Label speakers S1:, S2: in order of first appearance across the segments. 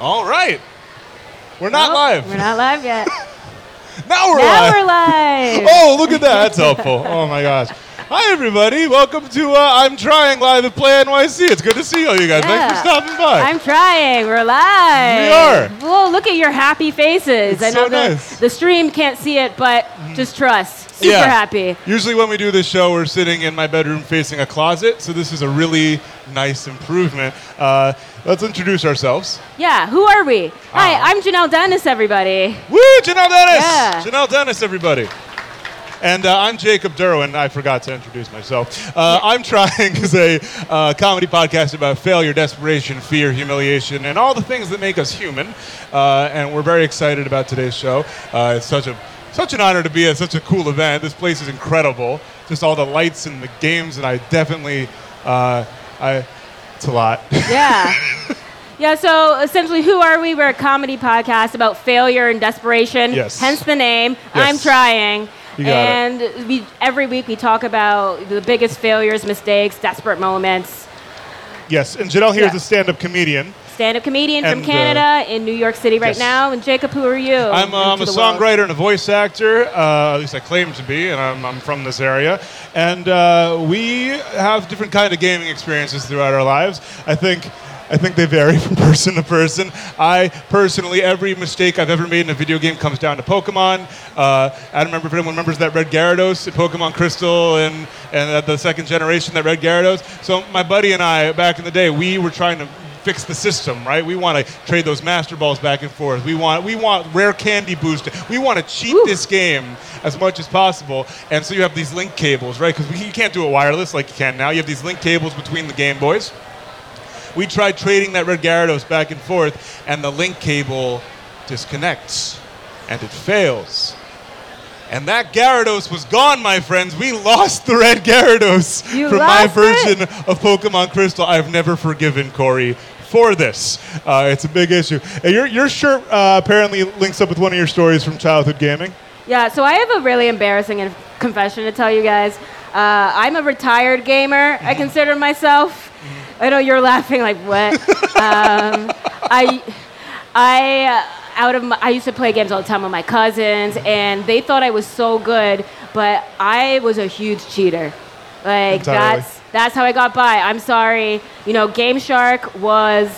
S1: All right. We're not
S2: Nope,
S1: live.
S2: We're not live yet.
S1: now we're
S2: now
S1: live.
S2: we're live.
S1: Oh, look at that. That's helpful. Oh, my gosh. Hi, everybody. Welcome to uh, I'm Trying Live at Play NYC. It's good to see all you guys. Thanks for
S2: Yeah.
S1: stopping by.
S2: I'm trying. We're live.
S1: We
S2: are. Whoa, look at your happy
S1: It's
S2: faces. I know
S1: so
S2: the,
S1: nice. Mm-hmm.
S2: the stream can't see it, but just trust. Super
S1: Yeah.
S2: happy.
S1: Usually, when we do this show, we're sitting in my bedroom facing a closet, so this is a really nice improvement. Uh, let's introduce ourselves.
S2: Yeah, who are we? Hi,
S1: Ah.
S2: I'm Janelle Dennis, everybody.
S1: Woo, Janelle Dennis!
S2: Yeah.
S1: Janelle Dennis, everybody. And uh, I'm Jacob Derwin. I forgot to introduce myself. Uh, I'm trying is a uh, comedy podcast about failure, desperation, fear, humiliation, and all the things that make us human. Uh, and we're very excited about today's show. Uh, it's such a such an honor to be at such a cool event. This place is incredible. Just all the lights and the games, and I definitely, uh, I, it's a lot.
S2: Yeah. Yeah, so essentially, who are we? We're a comedy podcast about failure and desperation.
S1: Yes.
S2: Hence the name.
S1: Yes.
S2: I'm trying.
S1: You got it.
S2: and we every week we talk about the biggest failures, mistakes, desperate moments.
S1: yes, and Janelle here is
S2: Yeah.
S1: a stand-up comedian.
S2: Stand-up comedian
S1: And, uh,
S2: from Canada in New York City right
S1: yes.
S2: now. And Jacob, who are you?
S1: I'm, uh, I'm a
S2: Into the world.
S1: songwriter and a voice actor, uh, at least I claim to be, and I'm, I'm from this area. And uh, we have different kind of gaming experiences throughout our lives. I think. I think they vary from person to person. I personally, every mistake I've ever made in a video game comes down to Pokemon. Uh, I don't remember if anyone remembers that Red Gyarados, in Pokemon Crystal, and and uh, the second generation that Red Gyarados. So my buddy and I, back in the day, we were trying to fix the system, right? We want to trade those master balls back and forth. We want we want rare candy boost. We want to cheat this game as much as possible. And so you have these link cables, right? Because you can't do it wireless like you can now. You have these link cables between the Game Boys. We tried trading that Red Gyarados back and forth, and the link cable disconnects, and it fails. And that Gyarados was gone, my friends. We lost the red Gyarados
S2: You
S1: from my
S2: lost it?
S1: version of Pokemon Crystal. I've never forgiven Corey for this. Uh, it's a big issue. Uh, your, your shirt uh, apparently links up with one of your stories from childhood gaming.
S2: Yeah, so I have a really embarrassing inf- confession to tell you guys. Uh, I'm a retired gamer,
S1: Mm-hmm.
S2: I consider myself. I know you're laughing like, what? um, I, I, uh, out of my, I used to play games all the time with my cousins, and they thought I was so good, but I was a huge cheater. Like,
S1: Entirely.
S2: that's, that's how I got by. I'm sorry. You know, Game Shark was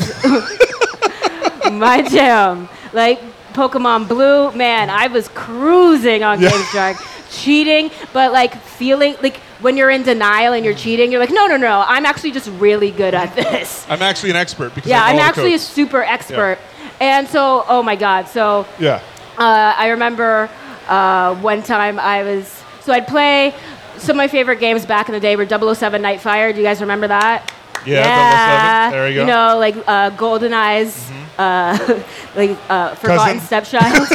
S2: my jam. Like Pokemon Blue, man, I was cruising on
S1: Yeah.
S2: Game Shark, cheating, but like feeling like when you're in denial and you're cheating, you're like, no, no, no, I'm actually just really good at this.
S1: I'm actually an expert because
S2: yeah,
S1: I know
S2: I'm
S1: all the
S2: actually a
S1: codes.
S2: super expert. And so, oh my God, so
S1: yeah.
S2: uh, I remember uh, one time I was so I'd play some of my favorite games back in the day were 007 Nightfire. Do you guys remember that?
S1: Yeah, 007. There you go. Mm-hmm.
S2: You know, like uh, Golden Eyes, uh, like uh, Forgotten
S1: Cousin.
S2: Stepchild.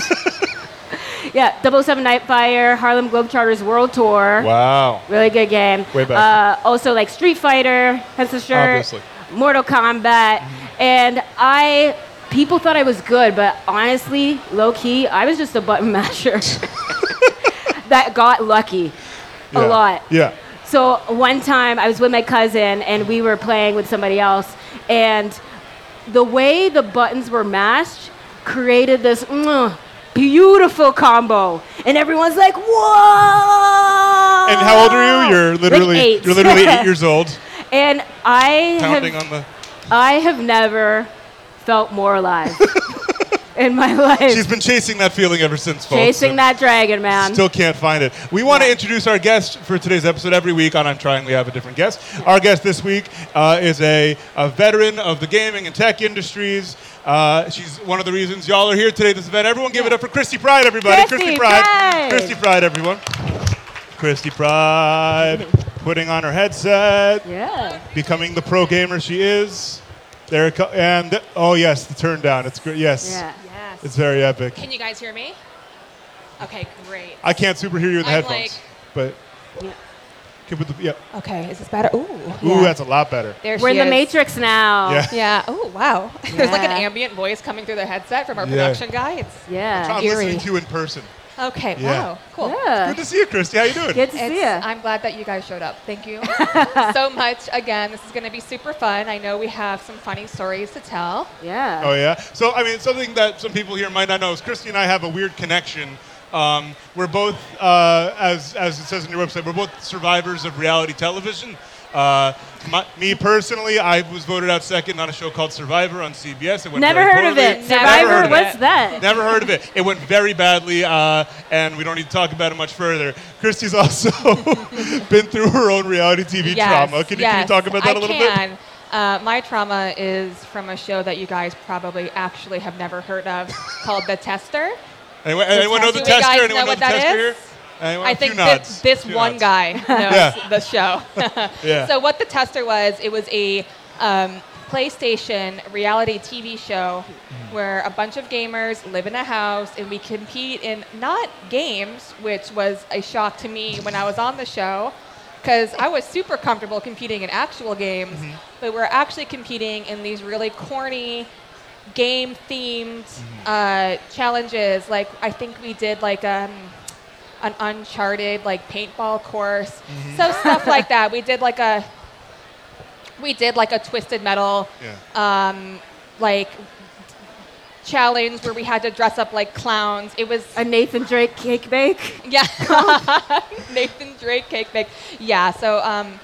S2: yeah, 007 Nightfire, Harlem Globetrotters World Tour.
S1: Wow.
S2: Really good game.
S1: Way back.
S2: Uh, also like Street Fighter, hence the shirt.
S1: Obviously.
S2: Mortal Kombat, and I. People thought I was good, but honestly, low key, I was just a button masher that got lucky
S1: Yeah.
S2: a lot.
S1: Yeah.
S2: So one time I was with my cousin and we were playing with somebody else, and the way the buttons were mashed created this mm, beautiful combo, and everyone's like, "Whoa!"
S1: And how old are you? You're literally
S2: eight.
S1: you're literally eight years old,
S2: And I
S1: pounding
S2: have,
S1: on the.
S2: I have never felt more alive in my life.
S1: She's been chasing that feeling ever since. Folks.
S2: Chasing that dragon, man.
S1: Still can't find it. We want to introduce our guest for today's episode. Every week on I'm Trying, we have a different guest. Our guest this week uh, is a, a veteran of the gaming and tech industries. Uh, she's one of the reasons y'all are here today at this event. Everyone give it up for Christy Pride, everybody.
S2: Christy
S1: Pride.
S2: Pride.
S1: Christy Pride, everyone. Christy Pride putting on her headset,
S2: yeah.
S1: becoming the pro gamer she is. There it co- and oh yes, the turn down. It's great. Yes,
S2: Yeah.
S3: Yes.
S1: it's very epic.
S3: Can you guys hear me? Okay, great.
S1: I can't super hear you in the
S3: I'm
S1: headphones,
S3: like-
S1: but Keep with the- yeah.
S3: Okay, is this better? Ooh.
S1: Ooh, that's a lot better.
S3: There
S2: We're in
S3: she
S2: the
S3: is.
S2: Matrix now.
S1: Yeah.
S3: Yeah. Oh, wow. There's like an
S2: Yeah.
S3: ambient voice coming through the headset from our
S1: Yeah.
S3: production guy. It's
S2: Yeah.
S1: Try
S3: Eerie.
S1: listening to you in person.
S3: Okay.
S1: Yeah.
S3: Wow. Cool.
S2: Yeah.
S1: Good to see you, Christy. How you doing?
S2: Uh, Good to
S3: It's-
S2: see ya.
S3: I'm glad that you guys showed up. Thank you so much. Again, this is going to be super fun. I know we have some funny stories to tell.
S2: yeah.
S1: Oh yeah. So I mean, something that some people here might not know is Christy and I have a weird connection. Um, we're both, uh, as as it says on your website, we're both survivors of reality television. Uh, my, me personally, I was voted out second on a show called Survivor on CBS. It went
S2: Never
S1: very
S2: heard of
S1: poorly.
S2: it.
S3: Never
S1: heard
S2: Survivor,
S1: of
S2: what's
S3: it.
S2: that?
S1: Never heard of it. It went very badly, uh, and we don't need to talk about it much further. Christy's also been through her own reality TV trauma. Can you, can you
S3: yes,
S1: talk about that a little
S3: I
S1: bit?
S3: can. Uh, my trauma is from a show that you guys probably actually have never heard of called The Tester.
S1: Anyone, anyone know the
S3: Test. Do you guys
S1: tester? Anyone
S3: know
S1: know
S3: what
S1: the
S3: that
S1: tester here?
S3: is?
S1: Anyone?
S3: I
S1: A few
S3: think
S1: nods.
S3: this, this
S1: Few
S3: one
S1: nods.
S3: guy knows
S1: Yeah.
S3: the show.
S1: Yeah.
S3: So what the tester was, it was a um, PlayStation reality TV show
S1: Hmm.
S3: where a bunch of gamers live in a house and we compete in not games, which was a shock to me when I was on the show because I was super comfortable competing in actual games,
S1: Mm-hmm.
S3: but we're actually competing in these really corny game themed
S1: Mm-hmm.
S3: uh, challenges. Like I think we did like um, an uncharted like paintball course, so stuff like that. We did like a we did like a twisted metal
S1: Yeah.
S3: um, like challenge where we had to dress up like clowns. It was
S2: A Nathan Drake cake bake?
S3: yeah. Nathan Drake cake bake. Yeah. So um,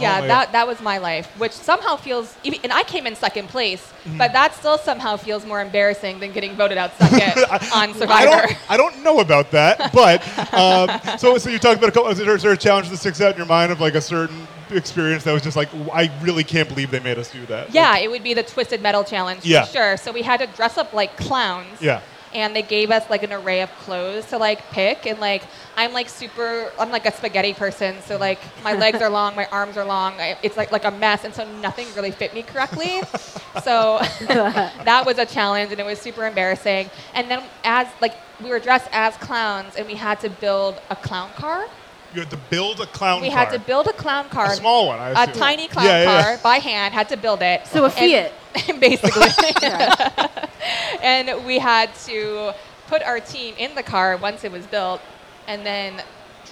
S3: yeah,
S1: my
S3: that that was my life, which somehow feels. even- And I came in second place, but that still somehow feels more embarrassing than getting voted out second on
S1: I
S3: Survivor.
S1: don't, I don't know about that, but um, so so you talked about a couple. Is there, is there a challenge that sticks out in your mind of like a certain experience that was just like "W- I really can't believe they made us do that?
S3: Yeah, it would be the Twisted Metal Challenge
S1: Yeah.
S3: for sure. So we had to dress up like clowns.
S1: Yeah.
S3: And they gave us like an array of clothes to like pick. And like, I'm like super, I'm like a spaghetti person. So like, my legs are long, my arms are long. I, it's like, like a mess. And so nothing really fit me correctly. so that was a challenge and it was super embarrassing. And then as like, we were dressed as clowns and we had to build a clown car.
S1: you had to build a clown.
S3: We
S1: car.
S3: had to build a clown car.
S1: a small one. I
S3: A
S1: assume.
S3: tiny clown
S1: Yeah, yeah,
S3: car by hand, had to build it.
S2: So a
S3: And- basically. and we had to put our team in the car once it was built, and then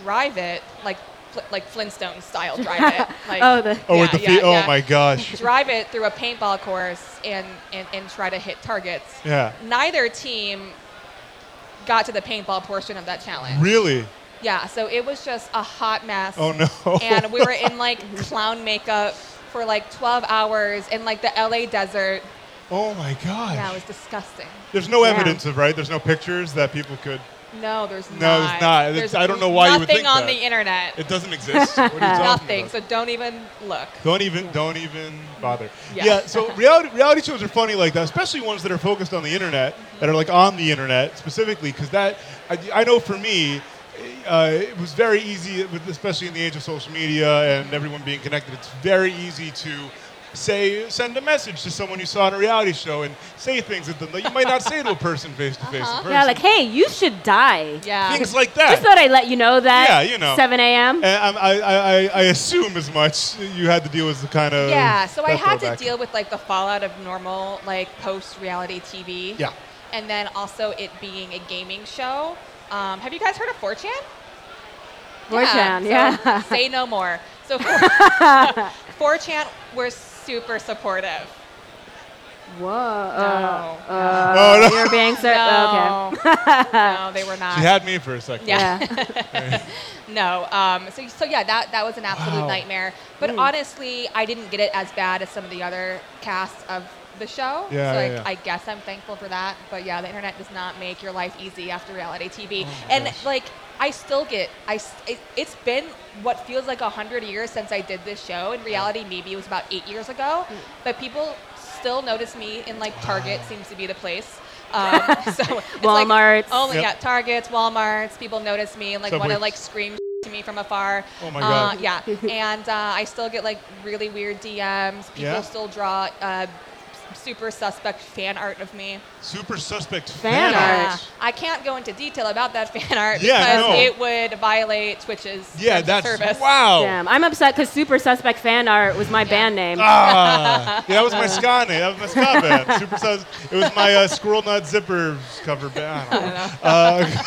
S3: drive it like fl- like Flintstone style drive it. Like,
S2: Oh, the-
S1: Oh, with the
S3: Yeah,
S1: feet.
S3: yeah,
S1: oh
S3: yeah.
S1: my gosh.
S3: Drive it through a paintball course and, and, and try to hit targets.
S1: Yeah.
S3: Neither team got to the paintball portion of that challenge.
S1: Really?
S3: Yeah, so it was just a hot mess
S1: Oh no.
S3: and we were in like clown makeup for like 12 hours in like the LA desert.
S1: oh my gosh.
S3: Yeah, it was disgusting.
S1: There's no
S2: Yeah.
S1: evidence of right. There's no pictures that people could.
S3: No, there's not.
S1: No, there's not. It's- I don't know why you would
S3: nothing
S1: think
S3: on
S1: that.
S3: the internet.
S1: It doesn't exist. What are you talking
S3: nothing.
S1: about?
S3: So don't even look.
S1: Don't even, don't even bother. Yeah.
S3: Yeah.
S1: so reality reality shows are funny like that, especially ones that are focused on the internet, that are like on the internet specifically, because that I, I know for me, uh, it was very easy, with- especially in the age of social media and everyone being connected. It's very easy to say send a message to someone you saw on a reality show and say things at them that you might not say to a person face to face.
S2: Yeah, like, hey, you should die.
S3: Uh-huh. Yeah.
S1: things like that.
S2: Just thought I'd let you know that.
S1: Yeah, you know.
S2: 7 a.m.
S1: And I, I, I, I assume as much you had to deal with the kind of
S3: Yeah, so I
S1: that
S3: had
S1: throwback.
S3: to deal with like the fallout of normal like post reality TV.
S1: Yeah.
S3: And then also it being a gaming show. Um, have you guys heard of 4chan?
S2: 4chan,
S3: so
S2: yeah.
S3: Say no more. So 4chan were super supportive.
S2: Whoa.
S3: No.
S2: Uh,
S1: Oh, no.
S2: uh, You're being ser-
S3: No.
S2: Okay.
S3: no, they were not.
S1: She had me for a second.
S3: Yeah.
S2: Yeah.
S3: No. Um, so, so yeah, that, that was an absolute
S1: Wow.
S3: nightmare. But honestly, I didn't get it as bad as some of the other casts of the show.
S1: Yeah,
S3: so
S1: yeah,
S3: like,
S1: yeah.
S3: I guess I'm thankful for that. But yeah, the internet does not make your life easy after reality TV.
S1: Oh
S3: and like, I still get, I, s- it, it's been what feels like a hundred years since I did this show. In reality, maybe it was about eight years ago. But people still notice me in like Target seems to be the place. Um, so it's like
S2: Walmart's.
S3: only
S1: Yep.
S3: at Targets, Walmart's. People notice me and like want to
S1: Subways.
S3: like scream to me from afar.
S1: Oh my God.
S3: Uh, yeah, and uh, I still get like really weird DMs. People
S1: Yeah?
S3: still draw uh, s- super suspect fan art of me.
S1: Super suspect
S2: Fan
S1: fan,
S2: art.
S1: art.
S3: Uh, I can't go into detail about that fan art
S1: Yeah,
S3: because
S1: no.
S3: it would violate Twitch's
S1: Yeah,
S3: terms of
S1: that's
S3: service.
S1: wow.
S2: Damn. I'm upset because Super Suspect Fan Art was my band name.
S1: Ah, yeah, that was
S3: Uh-huh.
S1: my ska name. That was my ska band. Super sus. It was my uh, squirrel nut zippers cover band. I don't know. Uh,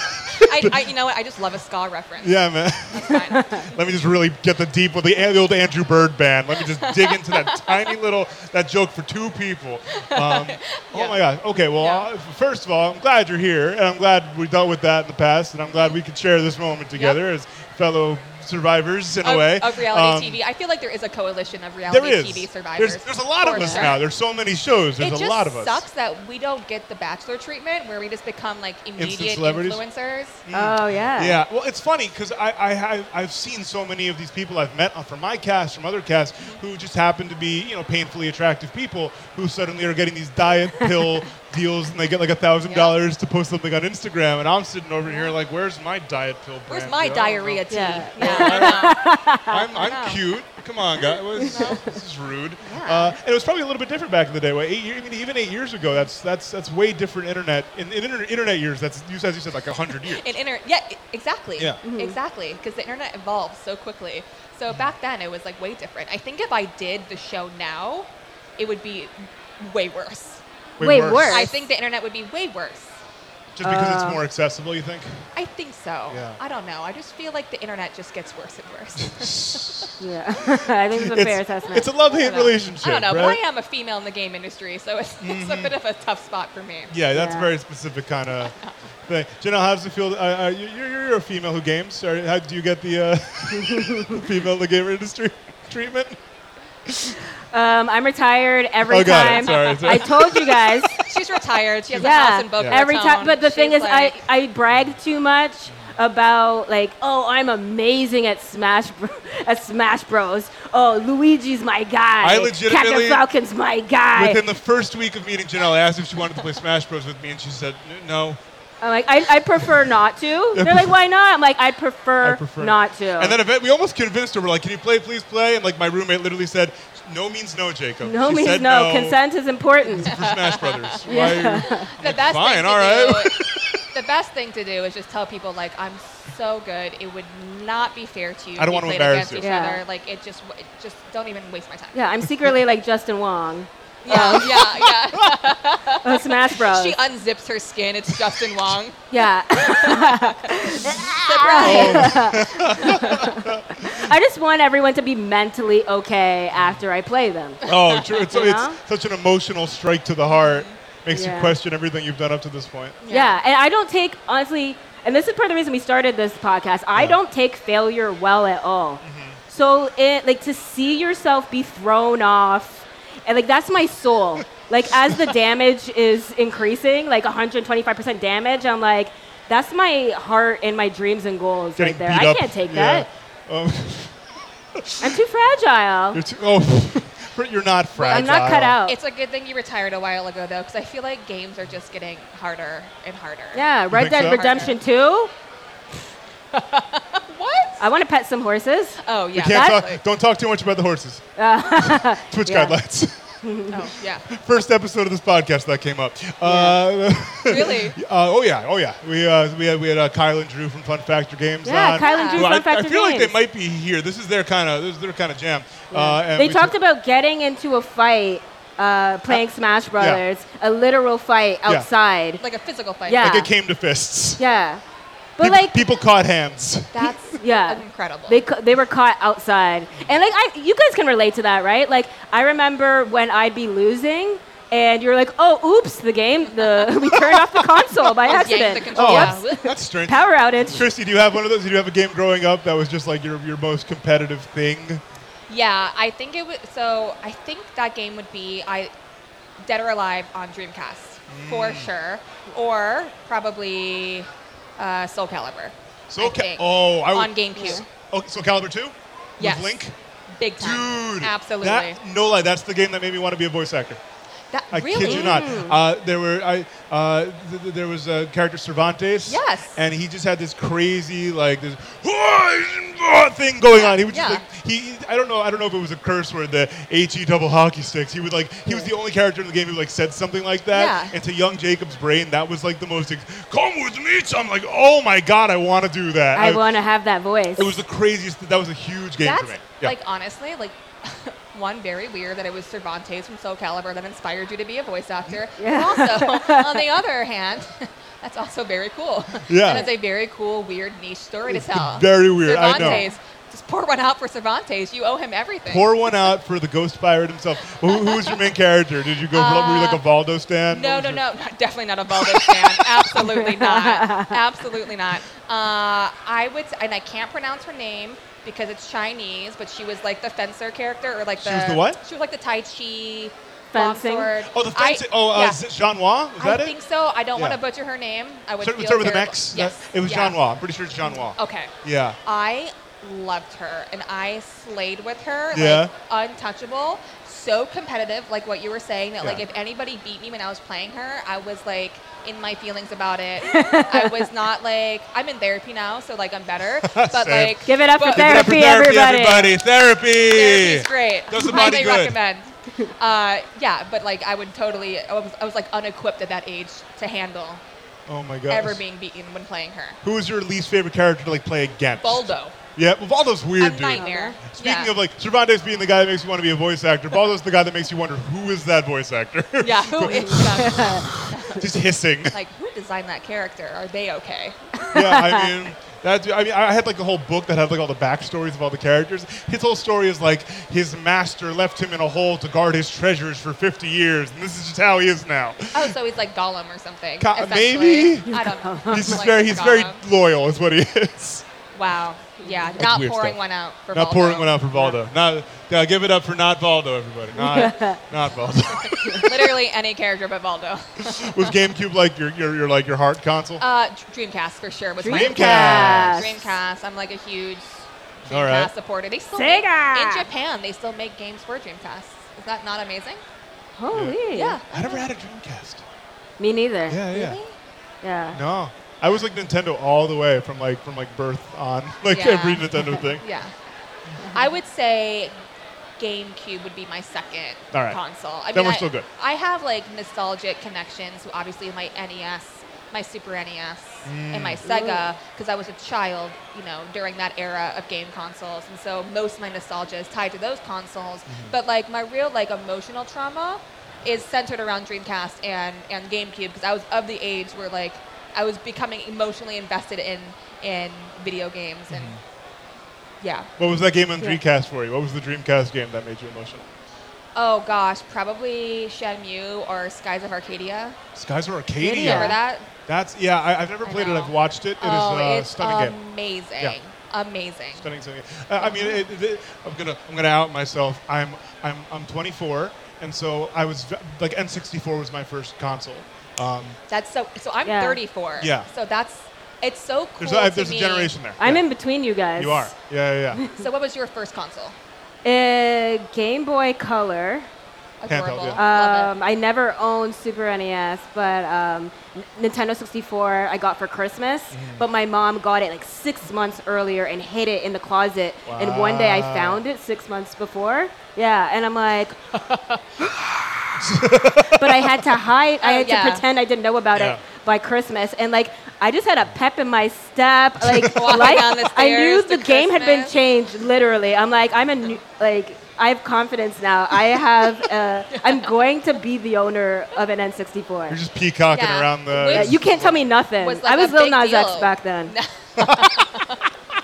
S3: I, I, you know what? I just love a ska reference.
S1: Yeah, man.
S3: It's fine.
S1: Let me just really get the deep with the, the old Andrew Bird band. Let me just dig into that tiny little that joke for two people. Um, Oh my God. Okay. Well,
S3: Yeah.
S1: uh, first of all, I'm glad you're here, and I'm glad we dealt with that in the past, and I'm glad we could share this moment together as fellow survivors in a
S3: Of,
S1: way
S3: of reality
S1: Um,
S3: TV. I feel like there is a coalition of reality
S1: There is.
S3: TV survivors.
S1: There's, there's a lot of
S3: For
S1: us
S3: sure.
S1: now. There's so many shows. There's
S3: it just
S1: a lot of us.
S3: sucks that we don't get the bachelor treatment where we just become like immediate
S1: celebrities?
S3: influencers.
S2: Oh yeah.
S1: Yeah, well, it's funny because I, I, I, I've seen so many of these people I've met uh, from my cast, from other casts, who just happen to be, you know, painfully attractive people who suddenly are getting these diet pill deals and they get like a thousand dollars to post something on Instagram, and I'm sitting over here like, where's my diet pill?
S3: Where's
S1: brand? Yeah,
S3: my
S1: I don't know.
S3: diarrhea tea?
S2: Yeah.
S1: I'm, I'm
S3: know.
S1: cute. Come on, guys. What is- This is rude. Uh, and it was probably a little bit different back in the day. Well, Eight year, even, even eight years ago, that's that's that's way different internet. In, in inter- internet years, that's you said you said like hundred years.
S3: And inter- yeah, i- exactly.
S1: Yeah.
S2: Mm-hmm.
S3: Exactly. Because the internet evolves so quickly. So back then it was like way different. I think if I did the show now, it would be way worse.
S2: Way worse.
S3: I think the internet would be way worse.
S1: Just because
S2: Uh,
S1: it's more accessible, you think?
S3: I think so.
S1: Yeah.
S3: I don't know. I just feel like the internet just gets worse and worse.
S2: Yeah. I think it's a fair assessment.
S1: it's a love hate
S3: I don't know.
S1: relationship.
S3: I don't know,
S1: right? Mm-hmm.
S3: but I am a female in the game industry, so it's, it's a bit of a tough spot for me.
S1: Yeah, that's
S2: Yeah.
S1: very specific kind of thing. Janelle, how does it feel? Uh, uh, you- you're, you're a female who games. Or how do you get the uh, female in the gamer industry treatment?
S2: um, I'm retired every
S1: Oh, got it.
S2: time.
S1: Sorry, sorry.
S2: I told you guys.
S3: She's retired. She has a house in Boca
S2: every time.
S3: Raton.
S2: But the thing
S3: She's
S2: is, I,
S3: like-
S2: I brag too much about like, oh, I'm amazing at Smash Bro- at Smash Bros. Oh, Luigi's my guy.
S1: I legitimately-
S2: Captain Falcon's my guy.
S1: Within the first week of meeting Janelle, I asked if she wanted to play Smash Bros with me, and she said "N- no.
S2: I'm like, I, I prefer not to. They're like, why not? I'm like, I prefer,
S1: I prefer
S2: not to.
S1: And then event, we almost convinced her. We're like, "Can you play, please play?" And like my roommate literally said, "No means no, Jacob."
S2: no
S1: She
S2: means
S1: said
S2: no. Consent is important.
S1: for Smash Brothers. Why? are you-
S3: the best
S1: Fine,
S3: thing to
S1: all right.
S3: do, the best thing to do is just tell people like I'm so good. It would not be fair to you.
S1: I don't
S3: if
S1: want
S3: we
S1: to
S3: played
S1: embarrass
S3: against
S1: you.
S3: each
S2: Yeah.
S3: other. Like it just, it just don't even waste my time.
S2: yeah, Oh. I'm secretly like Justin Wong
S3: yeah, yeah. yeah.
S2: of Smash Bros.
S3: she unzips her skin. It's Justin Wong.
S2: yeah. I just want everyone to be mentally okay after I play them.
S1: Oh, true. It's,
S2: You know?
S1: it's such an emotional strike to the heart. Makes you
S2: Yeah.
S1: question everything you've done up to this point.
S2: Yeah. and I don't take honestly, and this is part of the reason we started this podcast. I don't take failure well at all.
S1: Mm-hmm.
S2: So it like to see yourself be thrown off, and like that's my soul. like as the damage is increasing, like 125% damage, I'm like, that's my heart and my dreams and goals
S1: Getting
S2: right there.
S1: beat
S2: I
S1: up.
S2: can't take
S1: Yeah.
S2: that.
S1: Um,
S2: I'm too fragile.
S1: you're too, oh, you're not fragile.
S2: I'm not cut out.
S3: It's a good thing you retired a while ago though, because I feel like games are just getting harder and harder.
S2: yeah, Red
S1: think
S2: Dead
S1: so?
S2: Redemption 2.
S3: What?
S2: I want to pet some horses.
S3: Oh yeah.
S1: Can't
S3: that's
S1: talk,
S3: like-
S1: don't talk too much about the horses. Twitch
S2: Yeah.
S1: guidelines.
S3: oh yeah.
S1: First episode of this podcast that came up. Uh,
S3: Really?
S1: uh, oh yeah, oh yeah. We uh, we had we had uh, Kyle and Drew from Fun Factor Games
S2: Yeah,
S1: on.
S2: Kyle and Drew
S1: Who I,
S2: Fun Factor
S1: I feel like
S2: Games.
S1: they might be here. This is their kind of this is their kind of jam. Uh, and
S2: they
S1: we
S2: talked about getting into a fight uh, playing Smash Brothers, a literal fight outside. Yeah.
S3: Like a physical fight.
S2: Yeah.
S1: like it came to fists.
S2: But
S1: people,
S2: like
S1: people caught hands.
S3: That's
S2: Yeah.
S3: incredible.
S2: they ca- they were caught outside. And like I you guys can relate to that, right? Like I remember when I'd be losing and you're like, "Oh, oops, the game, the we turned off the console by
S3: Yank the
S2: accident."
S3: controller.
S2: whoops.
S3: Yeah.
S1: Oh, That's strange.
S2: Power outage.
S1: Christy, do you have one of those? Did you have a game growing up that was just like your, your most competitive thing?
S3: Yeah, I think it would. So I think that game would be I, Dead or Alive on Dreamcast for
S1: Mm.
S3: sure, or probably uh, Soul Calibur.
S1: So
S3: I think,
S1: oh, I
S3: on
S1: would-
S3: GameCube,
S1: Oh, so Caliber Two.
S3: Yes.
S1: With Link.
S3: big time,
S1: Dude,
S3: absolutely.
S1: That, no lie, that's the game that made me want to be a voice actor.
S3: That-
S1: I
S3: really?
S1: kid you not. Uh, there were I, uh, th- th- there was a character Cervantes.
S3: Yes.
S1: And he just had this crazy like this thing going on. He would just
S3: Yeah.
S1: like he I don't know I don't know if it was a curse word the H E double hockey sticks. He would like he was the only character in the game who like said something like that.
S3: Yeah.
S1: And to young Jacob's brain that was like the most ex- come with me. So I'm like oh my god I want to do that.
S2: I want to have that voice.
S1: It was the craziest. That was a huge game
S3: That's
S1: for me.
S3: like honestly like. One very weird that it was Cervantes from Soul Calibur that inspired you to be a voice actor. But also, on the other hand, that's also very cool.
S1: Yeah.
S3: and it's a very cool, weird niche story to tell.
S1: very weird, I know.
S3: Cervantes, just pour one out for Cervantes. You owe him everything.
S1: Pour one out for the ghost pirate himself. Who, who was your main character? Did you go? were you like a Valdo stand?
S3: Uh, No, no, no, not- Definitely not a Volvo fan. Absolutely not. Absolutely not. Uh, I would, and I can't pronounce her name because it's Chinese, but she was like the fencer character, or like
S1: She
S3: the.
S1: was the what?
S3: She was like the Tai Chi.
S2: Fencing?
S3: longsword.
S1: Oh, the
S3: I-
S1: fancy. oh, uh,
S3: yeah.
S1: is it Jean Noir? Was
S3: I
S1: that it?
S3: think so. I don't
S1: Yeah.
S3: want to butcher her name. I would.
S1: Start,
S3: feel
S1: start with an
S3: terrible.
S1: X.
S3: Yes.
S1: It was
S3: yeah. Oh.
S1: Jean Noir. I'm pretty sure it's Jean Noir.
S3: Okay.
S1: Yeah.
S3: I loved her and I slayed with her,
S1: Yeah.
S3: like untouchable, so competitive, like what you were saying, that like
S1: Yeah.
S3: if anybody beat me when I was playing her, I was like in my feelings about it. I was not like I'm in therapy now, so like I'm better. But
S1: Same.
S3: like
S2: Give it up for
S3: but-
S2: therapy. everybody.
S1: Therapy.
S3: Therapy's great.
S1: Does the
S3: Highly
S1: body good.
S3: recommend. Uh, yeah, but like I would totally, I was, I was like unequipped at that age to handle
S1: Oh my god.
S3: ever being beaten when playing her.
S1: Who was your least favorite character to like play against?
S3: Baldo,
S1: Yeah, well, Baldo's weird,
S3: a
S1: dude.
S3: nightmare.
S1: Speaking
S3: Yeah.
S1: of like Cervantes being the guy that makes you want to be a voice actor, Baldo's the guy that makes you wonder who is that voice actor?
S3: Yeah, who is that?
S1: Just hissing.
S3: Like, who designed that character? Are they okay?
S1: yeah, I mean. That, I mean, I had like a whole book that had like all the backstories of all the characters. His whole story is like his master left him in a hole to guard his treasures for 50 years, and this is just how he is now.
S3: Oh, so he's like Gollum or something.
S1: Ca-
S3: essentially.
S1: maybe?
S3: I don't know.
S1: He's just
S3: Like
S1: very, he's very
S3: Gollum.
S1: loyal, is what he is.
S3: Wow. Yeah, not
S1: weird
S3: pouring
S1: stuff.
S3: one out for
S1: Not
S3: Baldo.
S1: pouring one out for Valdo. Not, yeah, give it up for not Valdo, everybody. Not, not Valdo.
S3: Literally any character but Baldo.
S1: Was GameCube like your, your, your like your heart console?
S3: Uh, Dreamcast for sure was my
S1: Dreamcast.
S3: Dreamcast. I'm like a huge Dreamcast
S1: All right.
S3: supporter. They still make-
S2: Sega.
S3: in Japan. They still make games for Dreamcast. Is that not amazing?
S2: Holy.
S3: Yeah.
S1: I never had a Dreamcast.
S2: Me neither.
S1: Yeah, yeah.
S3: Really?
S2: Yeah.
S1: No, I was like Nintendo all the way from like from like birth on, like
S3: Yeah.
S1: every Nintendo thing.
S3: Yeah. I would say GameCube would be my second
S1: All right.
S3: console. I
S1: Then we're
S3: I-
S1: still good.
S3: I have like nostalgic connections, obviously with my NES, my Super NES, and my Sega, because I was a child, you know, during that era of game consoles, and so most of my nostalgia is tied to those consoles. But like my real like emotional trauma is centered around Dreamcast and and GameCube, because I was of the age where like I was becoming emotionally invested in in video games and. Yeah.
S1: What was that game on
S2: Yeah.
S1: Dreamcast for you? What was the Dreamcast game that made you emotional?
S3: Oh gosh, probably Shenmue or Skies of Arcadia.
S1: Skies of
S3: Do
S1: Arcadia.
S3: you
S2: Yeah.
S3: remember that?
S1: That's yeah. I, I've never played it.
S3: know.
S1: I've watched it. It is
S3: oh,
S1: uh,
S3: it's
S1: stunning game.
S3: amazing.
S1: Yeah.
S3: Amazing.
S1: Stunning, stunning. Uh, I mean, it, it- it- I'm gonna I'm gonna out myself. I'm I'm I'm 24, and so I was v- like N64 was my first console. Um,
S3: That's so. So I'm
S2: Yeah.
S3: 34.
S1: Yeah.
S3: So that's. It's so cool.
S1: there's a,
S3: to
S1: there's a
S3: me.
S1: generation there.
S2: I'm
S1: Yeah.
S2: in between you guys.
S1: You are. Yeah, yeah, yeah.
S3: So what was your first console?
S2: Uh, Game Boy Color.
S3: Adorable.
S1: yeah.
S3: Love
S2: Um, I never owned Super NES, but um, N- Nintendo 64 I got for Christmas.
S3: Mm.
S2: But my mom got it like six months earlier and hid it in the closet. And one day I
S1: Wow.
S2: found it six months before. Yeah, and I'm like, but I had to hide. I
S3: Oh,
S2: had
S3: yeah.
S2: to pretend I didn't know about
S1: Yeah.
S2: it by Christmas. And like, I just had a pep in my step. Like,
S3: Walking
S2: life-
S3: down the
S2: I knew
S3: stairs
S2: the
S3: to
S2: game had been
S3: Christmas.
S2: changed. Literally, I'm like, I'm a new, like, I have confidence now. I have, uh, I'm going to be the owner of an N64.
S1: You're just peacocking
S3: Yeah.
S1: around
S2: Yeah,
S1: the.
S2: Uh, you can't tell me nothing.
S3: Was like
S2: I was
S3: a
S2: Lil
S3: big
S2: Nas X
S3: deal.
S2: back then.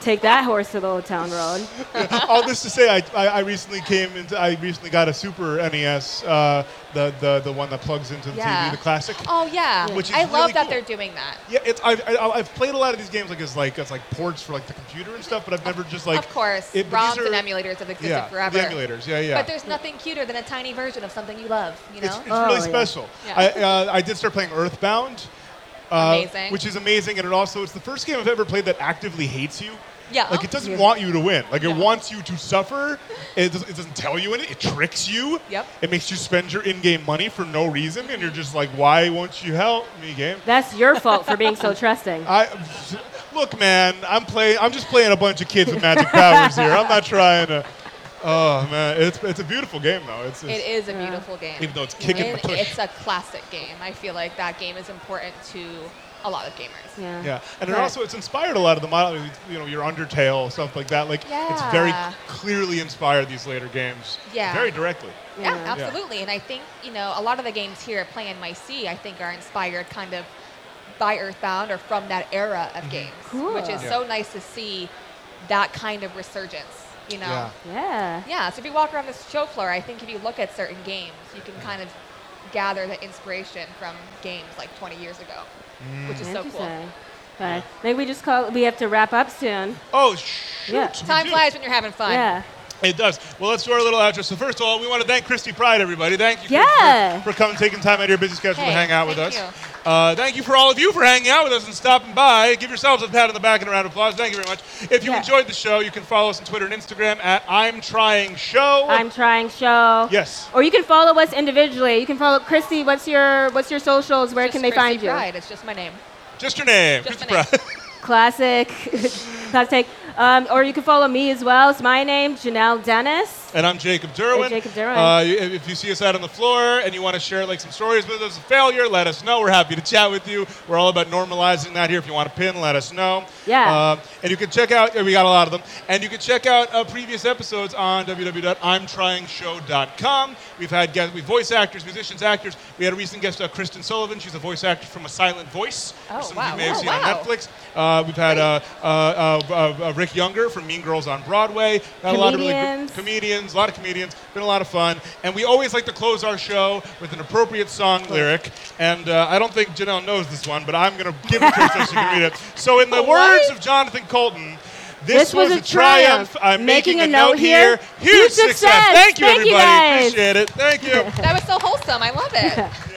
S2: Take that horse to the old town road.
S1: All this to say, I, I, I recently came into. I recently got a Super NES, uh, the, the the one that plugs into the
S3: Yeah.
S1: TV, the classic.
S3: it. Oh yeah.
S1: Which is
S3: I
S1: really
S3: love that
S1: cool.
S3: they're doing that.
S1: Yeah, it's I've, I- I've played a lot of these games like as like as like ports for like the computer and stuff, but I've never just like
S3: of course.
S1: it- but
S3: ROMs
S1: these
S3: and
S1: are-
S3: emulators have existed
S1: yeah,
S3: forever.
S1: the emulators, yeah, yeah.
S3: But there's nothing cuter than a tiny version of something you love. You know.
S1: It's, it's
S2: Oh,
S1: really
S2: yeah.
S1: special.
S3: Yeah.
S1: I, uh, I did start playing Earthbound, uh,
S3: Amazing.
S1: which is amazing, and it also it's the first game I've ever played that actively hates you.
S3: Yeah.
S1: Like it doesn't
S2: Yeah.
S1: want you to win. Like it
S3: No.
S1: wants you to suffer. It, does, it doesn't tell you in it. It tricks you.
S3: Yep.
S1: It makes you spend your in-game money for no reason, and you're just like, why won't you help me, game?
S2: That's your fault for being so trusting.
S1: I look, man. I'm playing. I'm just playing a bunch of kids with magic powers here. I'm not trying to. Oh man, it's it's a beautiful game though. It's, it's
S3: It is a beautiful game.
S1: Even though it's kicking
S3: And
S1: the push.
S3: It's a classic game. I feel like that game is important to a lot of gamers.
S2: Yeah.
S1: Yeah, and it
S2: Right.
S1: also it's inspired a lot of the model. You know, your Undertale stuff like that. Like it's very
S3: Yeah.
S1: clearly inspired these later games.
S3: Yeah.
S1: very directly.
S3: Yeah,
S2: Yeah.
S3: absolutely. And I think, you know, a lot of the games here at Play NYC, I think, are inspired kind of by Earthbound are from that era of games,
S2: Cool.
S3: which is
S1: Mm-hmm. Yeah.
S3: so nice to see that kind of resurgence. You know.
S1: Yeah.
S2: Yeah.
S3: Yeah, so if you walk around this show floor, I think if you look at certain games, you can kind of gather the inspiration from games like 20 years ago,
S1: Mm.
S3: which is so cool.
S2: Interesting. But maybe we just call. We have to wrap up soon.
S1: Oh, shoot.
S2: Yeah.
S1: we
S3: Time
S1: do.
S3: flies when you're having fun.
S2: Yeah.
S1: It does. Well, let's do our little outro. So first of all, we want to thank Christy Pride, everybody. Thank you for-
S2: Yeah.
S1: for, for coming, taking time out of your busy schedule
S3: Hey,
S1: to hang out with
S3: thank
S1: us. Uh, thank you for all of you for hanging out with us and stopping by. Give yourselves a pat on the back and a round of applause. Thank you very much. If you
S2: Yeah.
S1: enjoyed the show, you can follow us on Twitter and Instagram at I'm Trying Show.
S2: I'm trying show.
S1: Yes.
S2: Or you can follow us individually. You can follow Christy. What's your What's your socials? Where
S3: Just
S2: can they
S3: Chrissy
S2: find you?
S3: Pride, It's just my name.
S1: Just your name,
S3: Just
S1: Christy
S3: my name.
S1: Pride.
S2: Classic. Classic take. Um, or you can follow me as well. It's my name, Janelle Dennis.
S1: And I'm Jacob Derwin.
S2: And Jacob Derwin.
S1: Uh, you- if if you see us out on the floor and you want to share like some stories with us, a failure, let us know. We're happy to chat with you. We're all about normalizing that here. If you want to pin, let us know.
S2: Yeah.
S1: Uh, and you can check out, uh, we got a lot of them, and you can check out uh, previous episodes on www.imtryingshow.com. We've had guests, we voice actors, musicians, actors. We had a recent guest, uh, Kristen Sullivan. She's a voice actor from A Silent Voice,
S3: Oh,
S1: which some of
S3: wow.
S1: you may have
S3: Oh,
S1: seen
S3: wow.
S1: on Netflix. Uh, we've had uh, uh, uh, uh, uh, Rick Younger from Mean Girls on Broadway. Got a lot of really good comedians,
S2: Comedians.
S1: a lot of comedians. Been a lot of fun, and we always like to close our show with an appropriate song lyric. And uh, I don't think Janelle knows this one, but I'm gonna give it to her so she can read it. So, in the words of Jonathan Colton, this, was, a triumph. I'm making, a note here. Huge success. Thank you,
S2: Thank you,
S1: everybody.
S2: guys.
S1: Appreciate it. Thank you.
S3: That was so wholesome. I love it.